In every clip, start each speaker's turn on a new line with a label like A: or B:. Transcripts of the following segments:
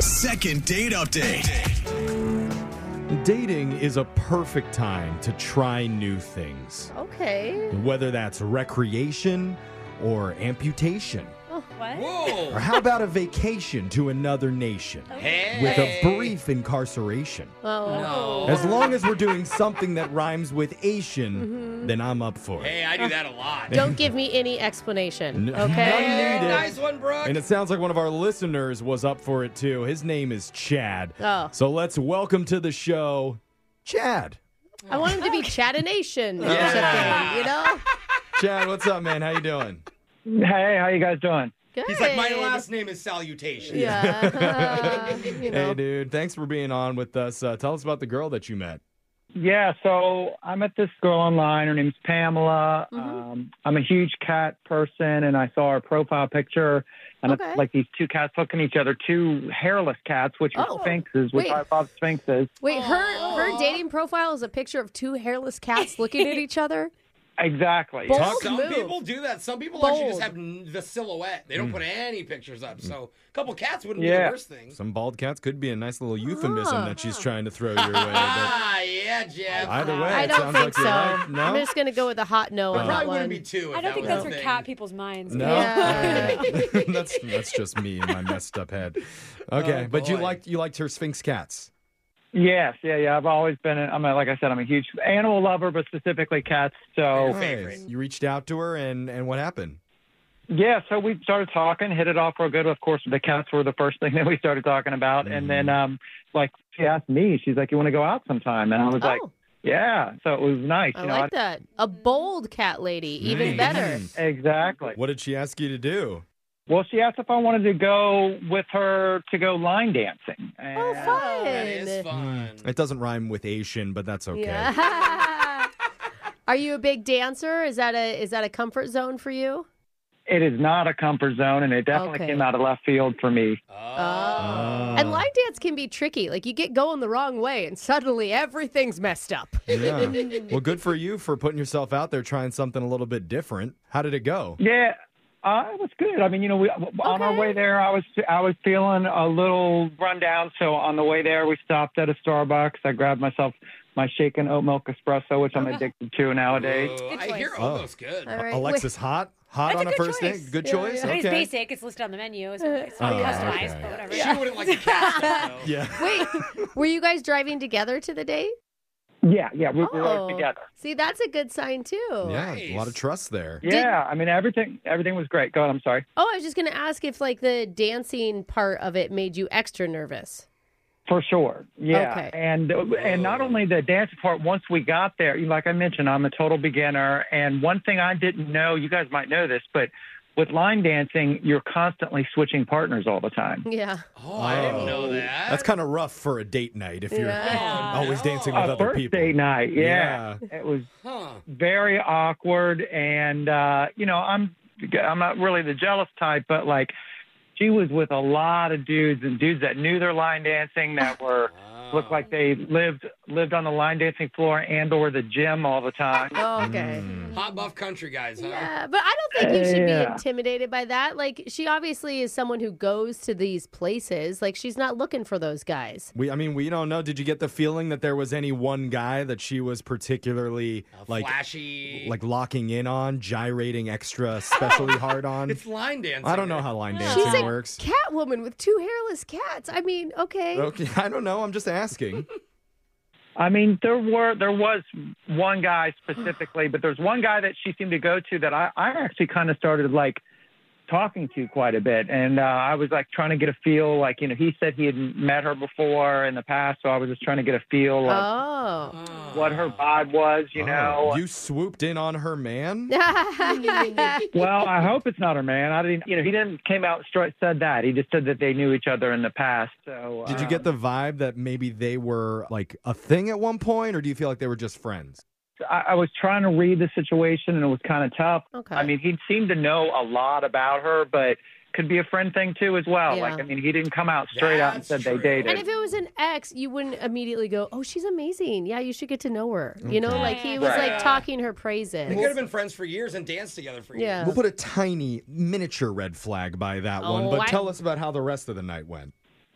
A: Second date update.
B: Dating is a perfect time to try new things,
C: Okay.
B: whether that's recreation or amputation.
C: Oh, what?
B: Or how about a vacation to another nation with a brief incarceration?
C: Oh.
B: As long as we're doing something that rhymes with Asian, then I'm up for it.
D: Hey, I do that a lot.
C: Don't give me any explanation.
B: N-
C: Okay.
B: None needed.
D: Nice one, Brooke.
B: And it sounds like one of our listeners was up for it too. His name is Chad.
C: Oh.
B: So let's welcome to the show, Chad.
C: I want him to be Chattanation. or something, you know?
B: Chad, what's up, man? How you doing?
E: Hey, how you guys doing?
C: Good.
D: He's like, my last name is Salutation.
C: Yeah. you know.
B: Hey, dude. Thanks for being on with us. Uh, tell us about the girl that you met.
E: Yeah, so I met this girl online. Her name's Pamela.
C: Mm-hmm.
E: Um, I'm a huge cat person, and I saw her profile picture, and
C: Okay.
E: it's like these two cats looking at each other, two hairless cats, which are
C: Oh,
E: sphinxes, which
C: wait.
E: I thought sphinxes.
C: Wait, her her dating profile is a picture of two hairless cats looking at each other.
E: Exactly.
C: Bold
B: Talk-
D: Some
C: move.
D: people do that. Some people actually just
C: Bold.
D: have n- the silhouette. They
B: Mm.
D: don't put any pictures up. So a couple cats wouldn't be
E: Yeah.
D: the worst thing.
B: Some bald cats could be a nice little euphemism
C: Ah.
B: that she's trying to throw your way. But
D: Ah, yeah, Jeff.
B: either way,
C: I
B: it
C: don't
B: sounds
C: think
B: like
C: so.
B: you're right. No,
C: I'm just gonna go with a hot no
D: There
C: on that
D: probably
C: one.
D: wouldn't be two. If
F: I don't
D: that
F: think
D: was
F: that's
D: a
F: where
D: thing.
F: cat people's minds.
B: no.
F: go.
C: Yeah.
B: All right. that's that's just me and my messed up head. Okay,
D: Oh,
B: but you
D: boy.
B: liked you liked her sphinx cats.
E: Yes, yeah, yeah. I've always been. A, I'm a, like I said, I'm a huge animal lover, but specifically cats. So
D: Nice. Oh, favorite.
B: You reached out to her, and and what happened?
E: Yeah, so we started talking, hit it off real good. Of course, the cats were the first thing that we started talking about, and then
C: Mm-hmm.
E: um, like she asked me, she's like, "You want to go out sometime?" And I was like,
C: Oh,
E: "Yeah." So it was nice,
C: I
E: you know.
C: like that. A bold cat
D: Mm.
C: lady, even better.
E: I- exactly.
B: hmm. What did she ask you to do?
E: Well, she asked if I wanted to go with her to go line dancing. And
C: Oh, fun.
D: That is fun.
B: It doesn't rhyme with Asian, but that's okay.
C: Yeah. Are you a big dancer? Is that a is that a comfort zone for you?
E: It is not a comfort zone, and it definitely
C: Okay.
E: came out of left field for me.
D: Oh.
C: And line dance can be tricky. Like you get going the wrong way and suddenly everything's messed up.
B: Yeah. well, good for you for putting yourself out there, trying something a little bit different. How did it go?
E: Yeah, uh, it was good. I mean, you know, we, on our
C: Okay.
E: way there, I was I was feeling a little run down. So on the way there, we stopped at a Starbucks. I grabbed myself my shaken oat milk espresso, which I'm addicted to nowadays.
D: Ooh,
F: Good
D: I
F: choice.
D: hear
B: Oh.
D: almost good.
C: All right.
B: Alexis, hot, hot
F: That's
B: on
F: a
B: a,
F: good
B: first
F: choice.
B: date. Good
C: Yeah,
B: choice.
C: yeah.
F: I mean, it's
B: Okay.
F: basic. It's listed on the menu. It's, it's not
B: Oh,
F: customized,
B: okay.
F: but whatever.
D: She wouldn't like the cat stuff, though.
B: Yeah.
C: Wait, were you guys driving together to the date?
E: Yeah, yeah, we, we
C: Oh.
E: were together.
C: See, that's a good sign too.
B: Yeah,
D: Nice.
B: a lot of trust there.
E: Yeah, I mean, everything everything was great. Go ahead. I'm sorry.
C: Oh, I was just gonna ask if like the dancing part of it made you extra nervous.
E: For sure, yeah,
C: Okay.
E: and and not only the dance part. Once we got there, like I mentioned, I'm a total beginner, and one thing I didn't know, you guys might know this, but with line dancing, you're constantly switching partners all the time.
C: Yeah.
D: Oh, I didn't know that.
B: That's kind of rough for a date night if you're
C: Yeah.
B: always dancing with
E: a
B: other
E: birthday
B: people.
E: night. Yeah. it was
D: Huh.
E: very awkward, and uh, you know, I'm I'm not really the jealous type, but like she was with a lot of dudes and dudes that knew their line dancing that were
B: Uh-huh.
E: looked like they lived lived on the line dancing floor and or the gym all the time.
C: Oh, okay.
D: Hot buff country guys, huh?
C: Yeah, but I don't think you should be
E: Yeah.
C: intimidated by that. Like, she obviously is someone who goes to these places. Like, she's not looking for those guys.
B: We, I mean, we don't know. Did you get the feeling that there was any one guy that she was particularly like,
D: Flashy.
B: like locking in on, gyrating extra, especially hard on?
D: it's line dancing.
B: I don't know how line dancing
C: She's a
B: works.
C: Catwoman with two hairless cats. I mean, okay.
B: Okay, I don't know. I'm just asking.
E: I mean, there were there was one guy specifically, but there's one guy that she seemed to go to that I, I actually kind of started like talking to quite a bit, and uh, I was like trying to get a feel. Like you know, he said he had met her before in the past, so I was just trying to get a feel of
C: Oh.
E: what her vibe was. You know,
B: Oh, you swooped in on her man.
E: well, I hope it's not her man. I didn't. You know, he didn't came out straight said that. He just said that they knew each other in the past. So
B: Did you
E: um,
B: get the vibe that maybe they were like a thing at one point, or do you feel like they were just friends?
E: I, I was trying to read the situation and it was kind of tough.
C: Okay.
E: I mean, he seemed to know a lot about her, but could be a friend thing too as well.
C: Yeah.
E: Like, I mean, he didn't come out straight out and
D: That's
E: said
D: true.
E: they dated.
C: and if it was an ex, you wouldn't immediately go, "Oh, she's amazing. Yeah, you should get to know her." You know,
B: Okay.
C: like he was
E: Right.
C: like talking her praises.
D: They could have been friends for years and danced together for years.
C: Yeah.
B: We'll put a tiny miniature red flag by that one,
C: Oh,
B: but
C: I-
B: tell us about how the rest of the night went.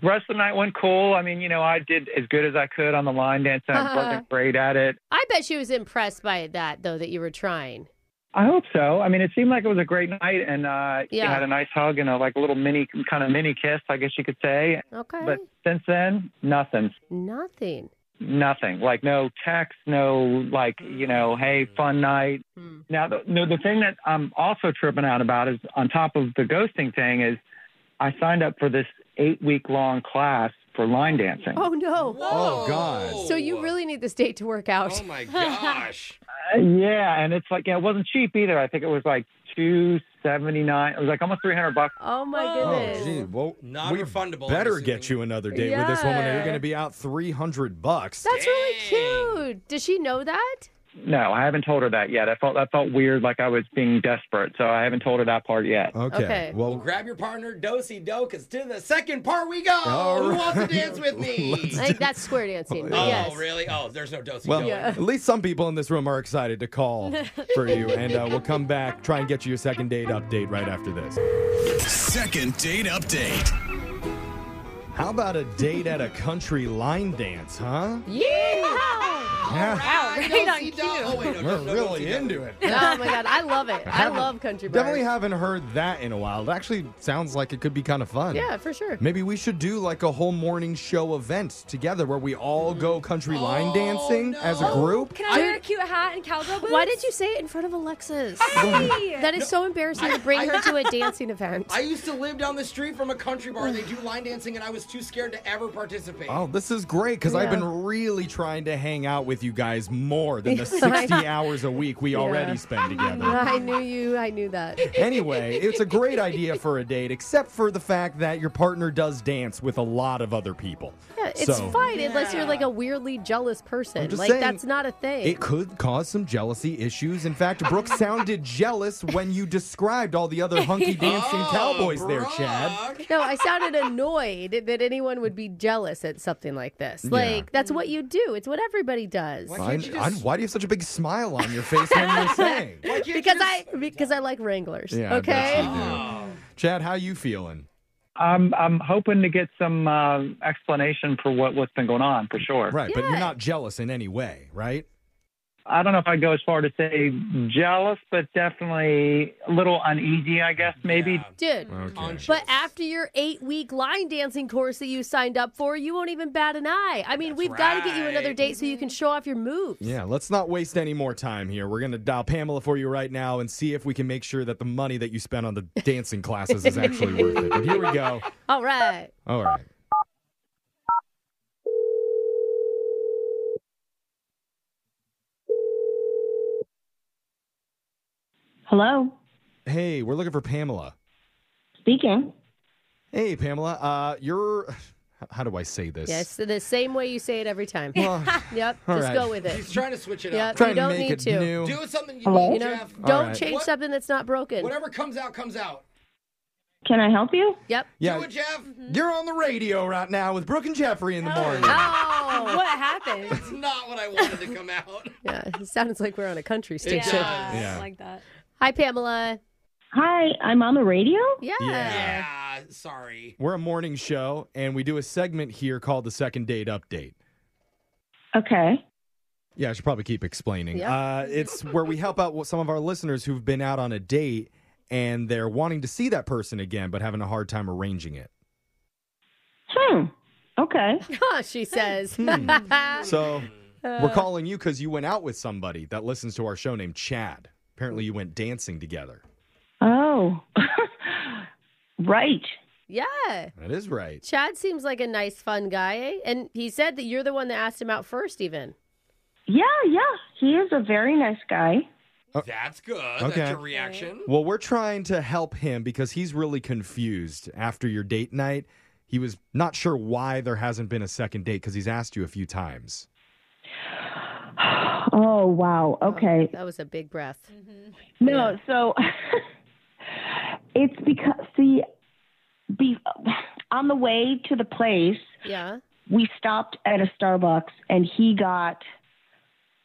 E: rest of the night went cool. I mean, you know, I did as good as I could on the line dance. and I wasn't great at it.
C: I bet she was impressed by that though that you were trying.
E: I hope so. I mean, it seemed like it was a great night, and uh,
C: Yeah.
E: you had a nice hug and a like a little mini kind of mini kiss, I guess you could say.
C: Okay.
E: But since then, nothing,
C: Nothing.
E: nothing. Like no text, no like you know, hey, fun night.
C: Hmm.
E: Now, the, no, the thing that I'm also tripping out about is on top of the ghosting thing is I signed up for this eight week long class for line dancing.
C: Oh no.
B: Oh, God.
C: So you really need this date to work out.
D: Oh my gosh.
E: Uh, yeah, and it's like yeah, it wasn't cheap either. I think it was like two seventy nine. It was like almost three hundred bucks.
C: Oh my
B: Oh,
C: goodness.
B: gee. Well, we
D: Non-refundable,
B: better
D: I'm
B: get
D: assuming.
B: you another date with this woman, or you're
C: Yeah.
B: going to be out 300 bucks.
C: That's really
D: Dang.
C: cute. Does she know that?
E: No, I haven't told her that yet. I felt that felt weird, like I was being desperate. So I haven't told her that part yet.
B: okay.
C: Okay.
D: Well,
B: Well,
D: grab your partner, dosey do, because to the second part we go.
B: All
D: Who
B: right.
D: wants to dance with me?
C: I think that's square dancing. But
D: oh,
C: yes.
D: really? Oh, there's no dosey
B: well
D: do.
B: at least some people in this room are excited to call for you, and uh, we'll come back, try and get you a second date update right after this.
A: Second date update.
B: How about a date at a country line dance, huh?
C: Oh,
B: Yeah.
F: Wow, right on
D: Dosey do. Oh, wait,
B: We're
D: no, there's no
B: really
D: dosey do.
B: into it.
C: Oh my god, I love it. I love country bars.
B: Definitely haven't heard that in a while. It actually sounds like it could be kind of fun.
C: Yeah, for sure.
B: Maybe we should do like a whole morning show event together where we all go
C: Mm.
B: country line
C: Oh,
B: dancing as a group.
F: Can I wear a cute hat and cowgirl boots?
C: Why did you say it in front of Alexis?
F: Hey!
C: That is so embarrassing to bring her to a dancing event.
D: I used to live down the street from a country bar. They do line dancing, and I was too scared to ever participate.
B: Oh, this is great because I've
C: Yeah.
B: been really trying to hang out with you guys more than the
C: Yeah, right.
B: 60 hours a week we already spend together.
C: I knew you. I knew that.
B: Anyway, it's a great idea for a date, except for the fact that your partner does dance with a lot of other people.
C: Yeah, it's
B: so
C: fine unless you're like a weirdly jealous person.
B: I'm just
C: Like
B: saying,
C: that's not a thing.
B: It could cause some jealousy issues. In fact, Brooke sounded jealous when you described all the other hunky dancing
D: Oh,
B: cowboys there,
D: Brock.
B: Chad.
C: no, I sounded annoyed that anyone would be jealous at something like this. Like that's what you do. It's what everybody does.
D: Why
B: I,
D: can't you
B: I-
D: just-
B: why do you have such a big smile on your face when you're saying?
D: Why can't you
C: Because
D: just-
C: I because I like Wranglers.
B: Yeah, I
C: okay.
B: bet you do. Chad, how you feeling?
E: I'm I'm hoping to get some uh, explanation for what what's been going on for sure.
B: Right, but
C: Yeah.
B: you're not jealous in any way, right?
E: I don't know if I go as far to say jealous, but definitely a little uneasy. I guess maybe.
D: Yeah.
C: Dude.
B: Oh,
D: Conscious.
C: But after your eight week line dancing course that you signed up for, you won't even bat an eye. I mean, we've got to get you another
D: right.
C: date so you can show off your moves.
B: Yeah, let's not waste any more time here. We're going to dial Pamela for you right now and see if we can make sure that the money that you spent on the dancing classes is actually worth it. But here we go.
C: All right.
B: All right.
G: Hello,
B: Hey, we're looking for Pamela.
G: speaking.
B: Hey, Pamela. Uh, you're. How do I say this?
C: Yes, the same way you say it every time.
B: Well,
C: Yep.
B: All
C: just
B: right.
C: go with it.
D: He's trying to switch it
C: Yep.
D: up.
B: trying
C: you
B: to
C: don't
B: make
C: need
B: it
C: to.
B: new.
D: Do something you
G: Hello?
D: need,
C: You know,
D: Jeff.
C: don't
B: right.
C: change
D: What-
C: something that's not broken.
D: Whatever comes out, comes out.
G: Can I help you?
C: Yep.
B: yeah,
D: Do it, Jeff.
C: Mm-hmm.
B: you're on the radio right now with Brooke and Jeffrey in the morning.
C: Oh.
F: What happened?
D: It's not what I wanted to come out.
C: yeah. It sounds like we're on a country station.
D: does.
B: Yeah.
F: like that.
C: Hi, Pamela.
G: Hi, I'm on the radio.
C: Yeah.
B: Yeah.
D: Yeah, sorry.
B: We're a morning show, and we do a segment here called the Second Date Update.
G: Okay.
B: Yeah, I should probably keep explaining.
C: Yeah.
B: Uh, it's where we help out some of our listeners who've been out on a date and they're wanting to see that person again, but having a hard time arranging it.
G: Hmm. Okay.
C: Huh, Oh, she says.
B: So we're calling you because you went out with somebody that listens to our show named Chad. Apparently, you went dancing together.
G: Oh. right.
C: yeah.
B: That is right.
C: Chad seems like a nice, fun guy. eh? And he said that you're the one that asked him out first, even.
G: Yeah, yeah. He is a very nice guy.
D: That's good.
B: Oh. Okay.
D: That's your reaction.
B: Well, we're trying to help him because he's really confused after your date night. He was not sure why there hasn't been a second date because he's asked you a few times.
G: Oh, wow. Okay.
C: That was a big breath.
G: No, so it's because see be, on the way to the place,
C: Yeah.
G: we stopped at a Starbucks and he got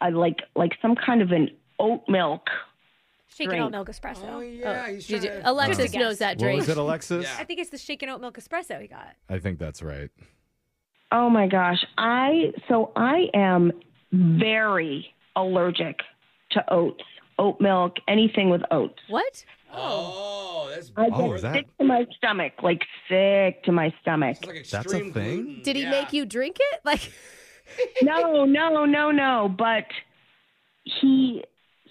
G: a, like like some kind of an oat milk
F: Shaken oat
G: Drink.
F: milk espresso.
D: Oh
C: Oh,
D: yeah, he's
C: did
D: trying
C: you-
D: to.
C: Alexis
F: Just a
C: knows
F: guess.
C: that
B: What
C: drink.
B: was it, Alexis?
F: Oh. I think it's the shaken oat milk espresso he got.
B: I think that's right.
G: Oh my gosh. I so I am very allergic to oats, oat milk, anything with oats.
C: What?
D: Oh, that's
G: I've
B: Oh,
G: been
B: is that-
G: sick to my stomach, like sick to my stomach.
D: It's like
B: a
D: extreme
B: thing?
D: gluten.
C: Did he
D: Yeah.
C: make you drink it? Like,
G: no, no, no, no. But he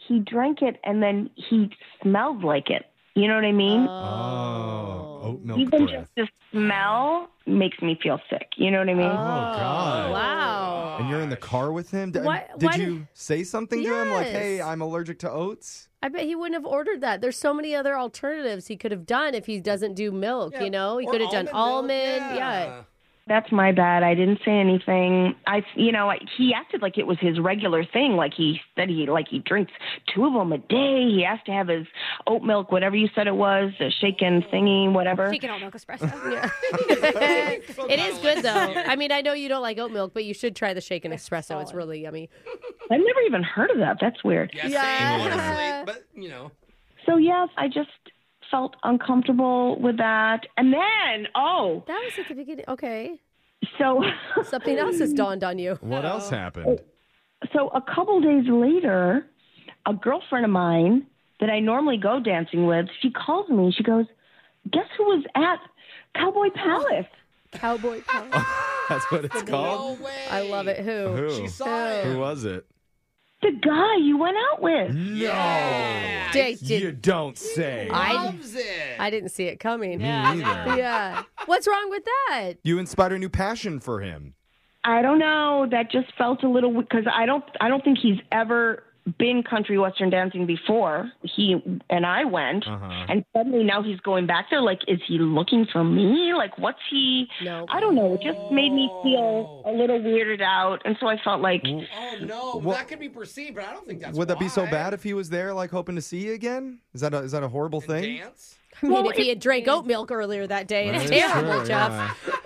G: he drank it and then he smelled like it. You know what I mean?
B: Oh, oat milk
G: Even
B: breath.
G: just the smell makes me feel sick. You know what I mean?
B: Oh, God.
C: Oh, Wow.
B: And you're in the car with him. Did,
C: Why-
B: did
C: why did-
B: you say something to him like,
C: Yes.
B: "Hey, I'm allergic to oats"?
C: I bet he wouldn't have ordered that. There's so many other alternatives he could have done if he doesn't do milk,
D: Yeah,
C: you know? He
D: or
C: could have done almond.
D: almond milk,
C: Yeah.
G: That's my bad. I didn't say anything. I, you know, I, he acted like it was his regular thing. Like he said, he like he drinks two of them a day. He has to have his oat milk, whatever you said it was, the shaken thingy,
D: Uh,
G: whatever.
F: Shaken oat milk espresso.
C: it is good, though. I mean, I know you don't like oat milk, but you should try the shaken espresso. It's
F: solid.
C: really yummy.
G: I've never even heard of that. That's weird.
D: Yeah,
C: Yeah.
D: yeah. Honestly, but you know,
G: So yes, I just felt uncomfortable with that. And then, oh,
C: That was at the beginning. Okay.
G: so
C: Something else has dawned on you.
B: What else happened?
G: so a couple days later, a girlfriend of mine that I normally go dancing with, she calls me. She goes, "Guess who was at Cowboy Palace?"
C: Cowboy Power.
B: That's what it's
D: no
B: called.
D: way.
C: I love it. Who?
B: Who?
D: She saw it.
B: Who was it?
G: The guy you went out with.
D: Mm.
B: No,
D: Yeah.
C: Did, did-
B: you don't say.
C: I-
D: Loves it.
C: I didn't see it coming.
B: Me neither.
C: Yeah. What's wrong with that?
B: You inspired a new passion for him.
G: I don't know. That just felt a little because I don't. I don't think he's ever been country western dancing before. He and I went,
B: Uh-huh.
G: and suddenly now he's going back there. Like, is he looking for me? Like, what's he?
C: No.
G: I don't know. It just made me feel a little weirded out, and so I felt like
D: Oh no,
B: Well-
D: that could be perceived, but I don't think that's.
B: Would that be so
D: why.
B: bad if he was there, like hoping to see you again? Is that a, is that a horrible
D: And
B: thing?
D: Dance.
C: I mean, if he had drank oat milk earlier that day,
B: That's
C: it's terrible,
B: true,
C: Jeff.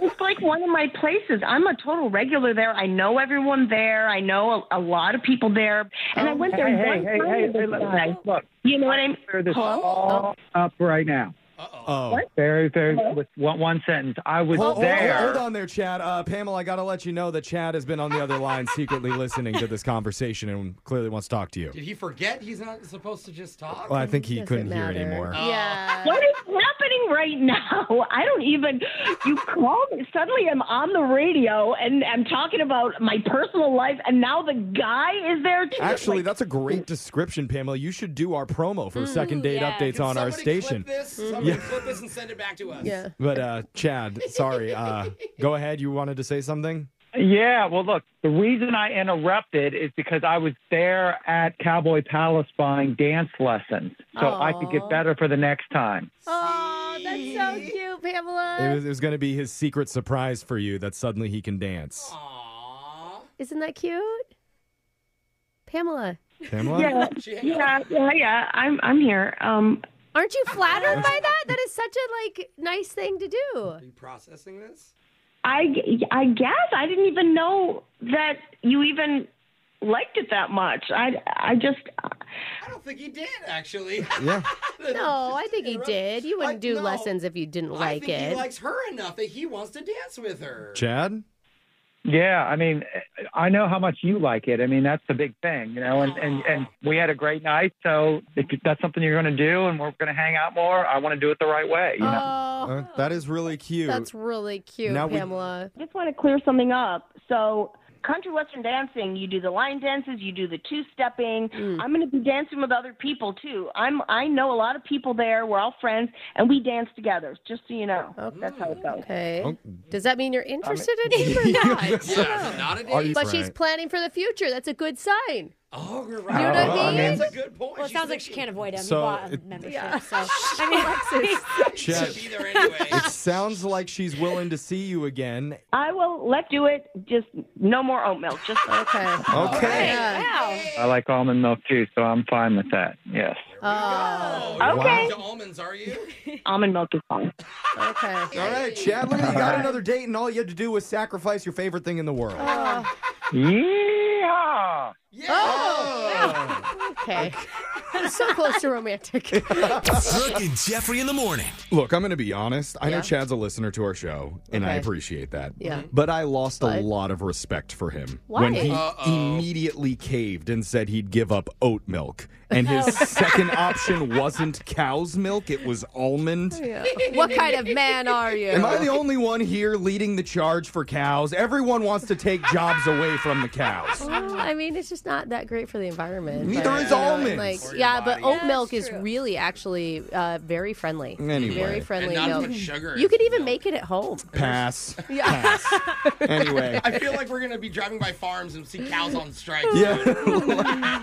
B: yeah.
G: it's like one of my places. I'm a total regular there. I know everyone there. I know a, a lot of people there, and I went there
E: Um, Hey, hey,
G: one
E: hey,
G: time.
E: hey,
G: with
E: hey,
G: this
E: look,
G: guy.
E: look,
G: you know what I mean?
E: clear this
G: Hello?
E: all up right now.
D: Uh oh.
B: Oh.
E: Very, very, with one, one sentence. I was
B: Hold, hold-
E: there.
B: hold on there, Chad. Uh, Pamela, I got to let you know that Chad has been on the other line secretly listening to this conversation and clearly wants to talk to you.
D: Did he forget he's not supposed to just talk?
B: Well, I think he
C: Doesn't
B: couldn't hear
C: matter.
B: anymore.
C: Yeah.
G: What is happening right now? I don't even. You call me. Suddenly I'm on the radio and I'm talking about my personal life, and now the guy is there too.
B: Actually,
G: Like,
B: that's a great description, Pamela. You should do our promo for second date
F: yeah.
B: updates
D: Can
B: on our
D: somebody clip
B: station.
D: this? Somebody clip this and send it back to us.
C: Mm-hmm. Yeah.
B: But uh, Chad, sorry. Uh, go ahead. You wanted to say something?
E: Yeah, well, look, the reason I interrupted is because I was there at Cowboy Palace buying dance lessons so I could
C: Aw.
E: get better for the next time.
C: Oh, that's so cute,
B: It
C: Pamela.
B: was, it was going to be his secret surprise for you that suddenly he can dance.
D: Aw.
C: Isn't that cute? Pamela,
B: Pamela?
G: yeah,
D: She hung up.
G: yeah, yeah, yeah. I'm I'm here. Um,
C: aren't you flattered by that? That is such a like nice thing to do.
D: Are you processing this?
G: I I guess I didn't even know that you even liked it that much. I I just
D: I don't think he did actually.
B: Yeah.
C: No, I think he did. You wouldn't
D: I-
C: do
D: no.
C: lessons if you didn't
D: I
C: like
D: think he
C: it.
D: likes her enough that he wants to dance with her.
B: Chad?
E: Yeah, I mean, I know how much you like it. I mean, that's the big thing, you know. And and, and we had a great night, so if that's something you're going to do, and we're going to hang out more, I want to do it the right way. You know?
C: Oh,
B: Uh, that is really cute.
C: that's really cute,
B: Now we-
C: Pamela.
G: just want to clear something up. So, country western dancing, you do the line dances, you do the two stepping. I'm going to be dancing with other people too. I'm I know a lot of people there. We're all friends, and we dance together. Just so you know,
C: Oh.
G: that's how it goes.
C: Okay.
B: Oh.
C: Does that mean you're interested in him or not?
D: Yeah, is it not a date.
B: Are you-
C: But
B: Right.
C: she's planning for the future. That's a good sign.
D: oh, you're right.
E: You know what
D: Oh,
E: I mean?
D: That's a good point.
F: Well, it
D: She's
F: sounds like she
D: thinking
F: can't avoid him.
B: So,
F: he bought a
B: it-
F: membership. So I mean,
D: she
B: Chad,
D: should be there anyway.
B: it sounds like she's willing to see you again.
G: I will let do it. Just no more oat milk. Just
C: Okay.
B: Okay.
C: Yeah.
F: wow.
E: I like almond milk too, so I'm fine with that. Yes.
D: Oh, you're
G: Okay.
D: not into almonds, are you?
G: almond milk is fine.
C: Okay.
B: All right, Chad, look at you got another date, and all you had to do was sacrifice your favorite thing in the world.
E: Yeah.
D: Yeah.
C: Okay. I'm so close to romantic.
A: Brooke and Jeffrey in the morning.
B: Look, I'm going to be honest. I know
C: Yeah.
B: Chad's a listener to our show, and I
C: Okay.
B: appreciate that.
C: Yeah.
B: But I lost a
C: But-
B: lot of respect for him
C: Why?
B: when he
D: Uh-oh.
B: immediately caved and said he'd give up oat milk, and his second option wasn't cow's milk; it was almond.
C: Oh, what kind of man are you?
B: Am I the only one here leading the charge for cows? Everyone wants to take jobs away from the cows.
C: Well, I mean, it's just not that great for the environment.
B: Neither
C: but,
B: is
C: you know,
B: almonds.
C: Like,
B: Or
D: your
C: yeah,
D: body.
C: but oat
F: Yeah,
C: milk
F: it's
C: is
F: true.
C: really actually uh, very friendly.
B: Anyway.
C: Very
B: And
C: friendly
D: and not as
C: milk.
D: much sugar.
C: You could even make it at home.
B: Pass.
C: Yeah.
B: Pass. Anyway.
D: I feel like we're gonna be driving by farms and see cows on strike.
B: Yeah.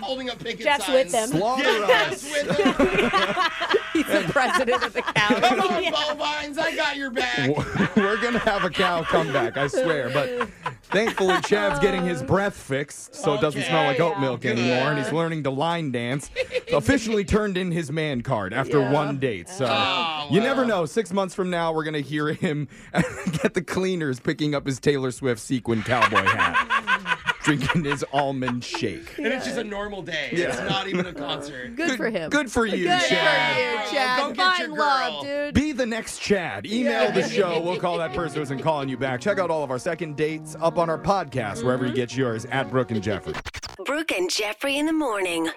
D: holding up picket
F: Jeff's
D: signs.
F: with them.
B: Slaughter us.
D: Jeff's with them.
C: He's the president of the cow.
D: Come on, bovines, I got your back.
B: We're going to have a cow comeback, I swear. But thankfully, Chad's getting his breath fixed so it doesn't
D: Okay.
B: smell like oat milk
D: Yeah.
B: anymore. And he's learning to line dance. Officially turned in his man card after
C: Yeah.
B: one date. So
D: Oh,
B: you
D: wow.
B: never know. Six months from now, we're going to hear him at the cleaners picking up his Taylor Swift sequin cowboy hat, drinking his almond shake.
D: And it's just a normal day. It's not even a concert.
C: Good for him.
B: Good for you,
C: Good for
B: Chad.
C: you, Chad.
D: Go get
C: Find
D: your
C: love,
D: girl.
C: dude.
B: Be the next Chad. Email the show. We'll call that person who isn't calling you back. Check out all of our second dates up on our podcast, wherever you get yours, at Brooke and Jeffrey.
H: Brooke and Jeffrey in the morning.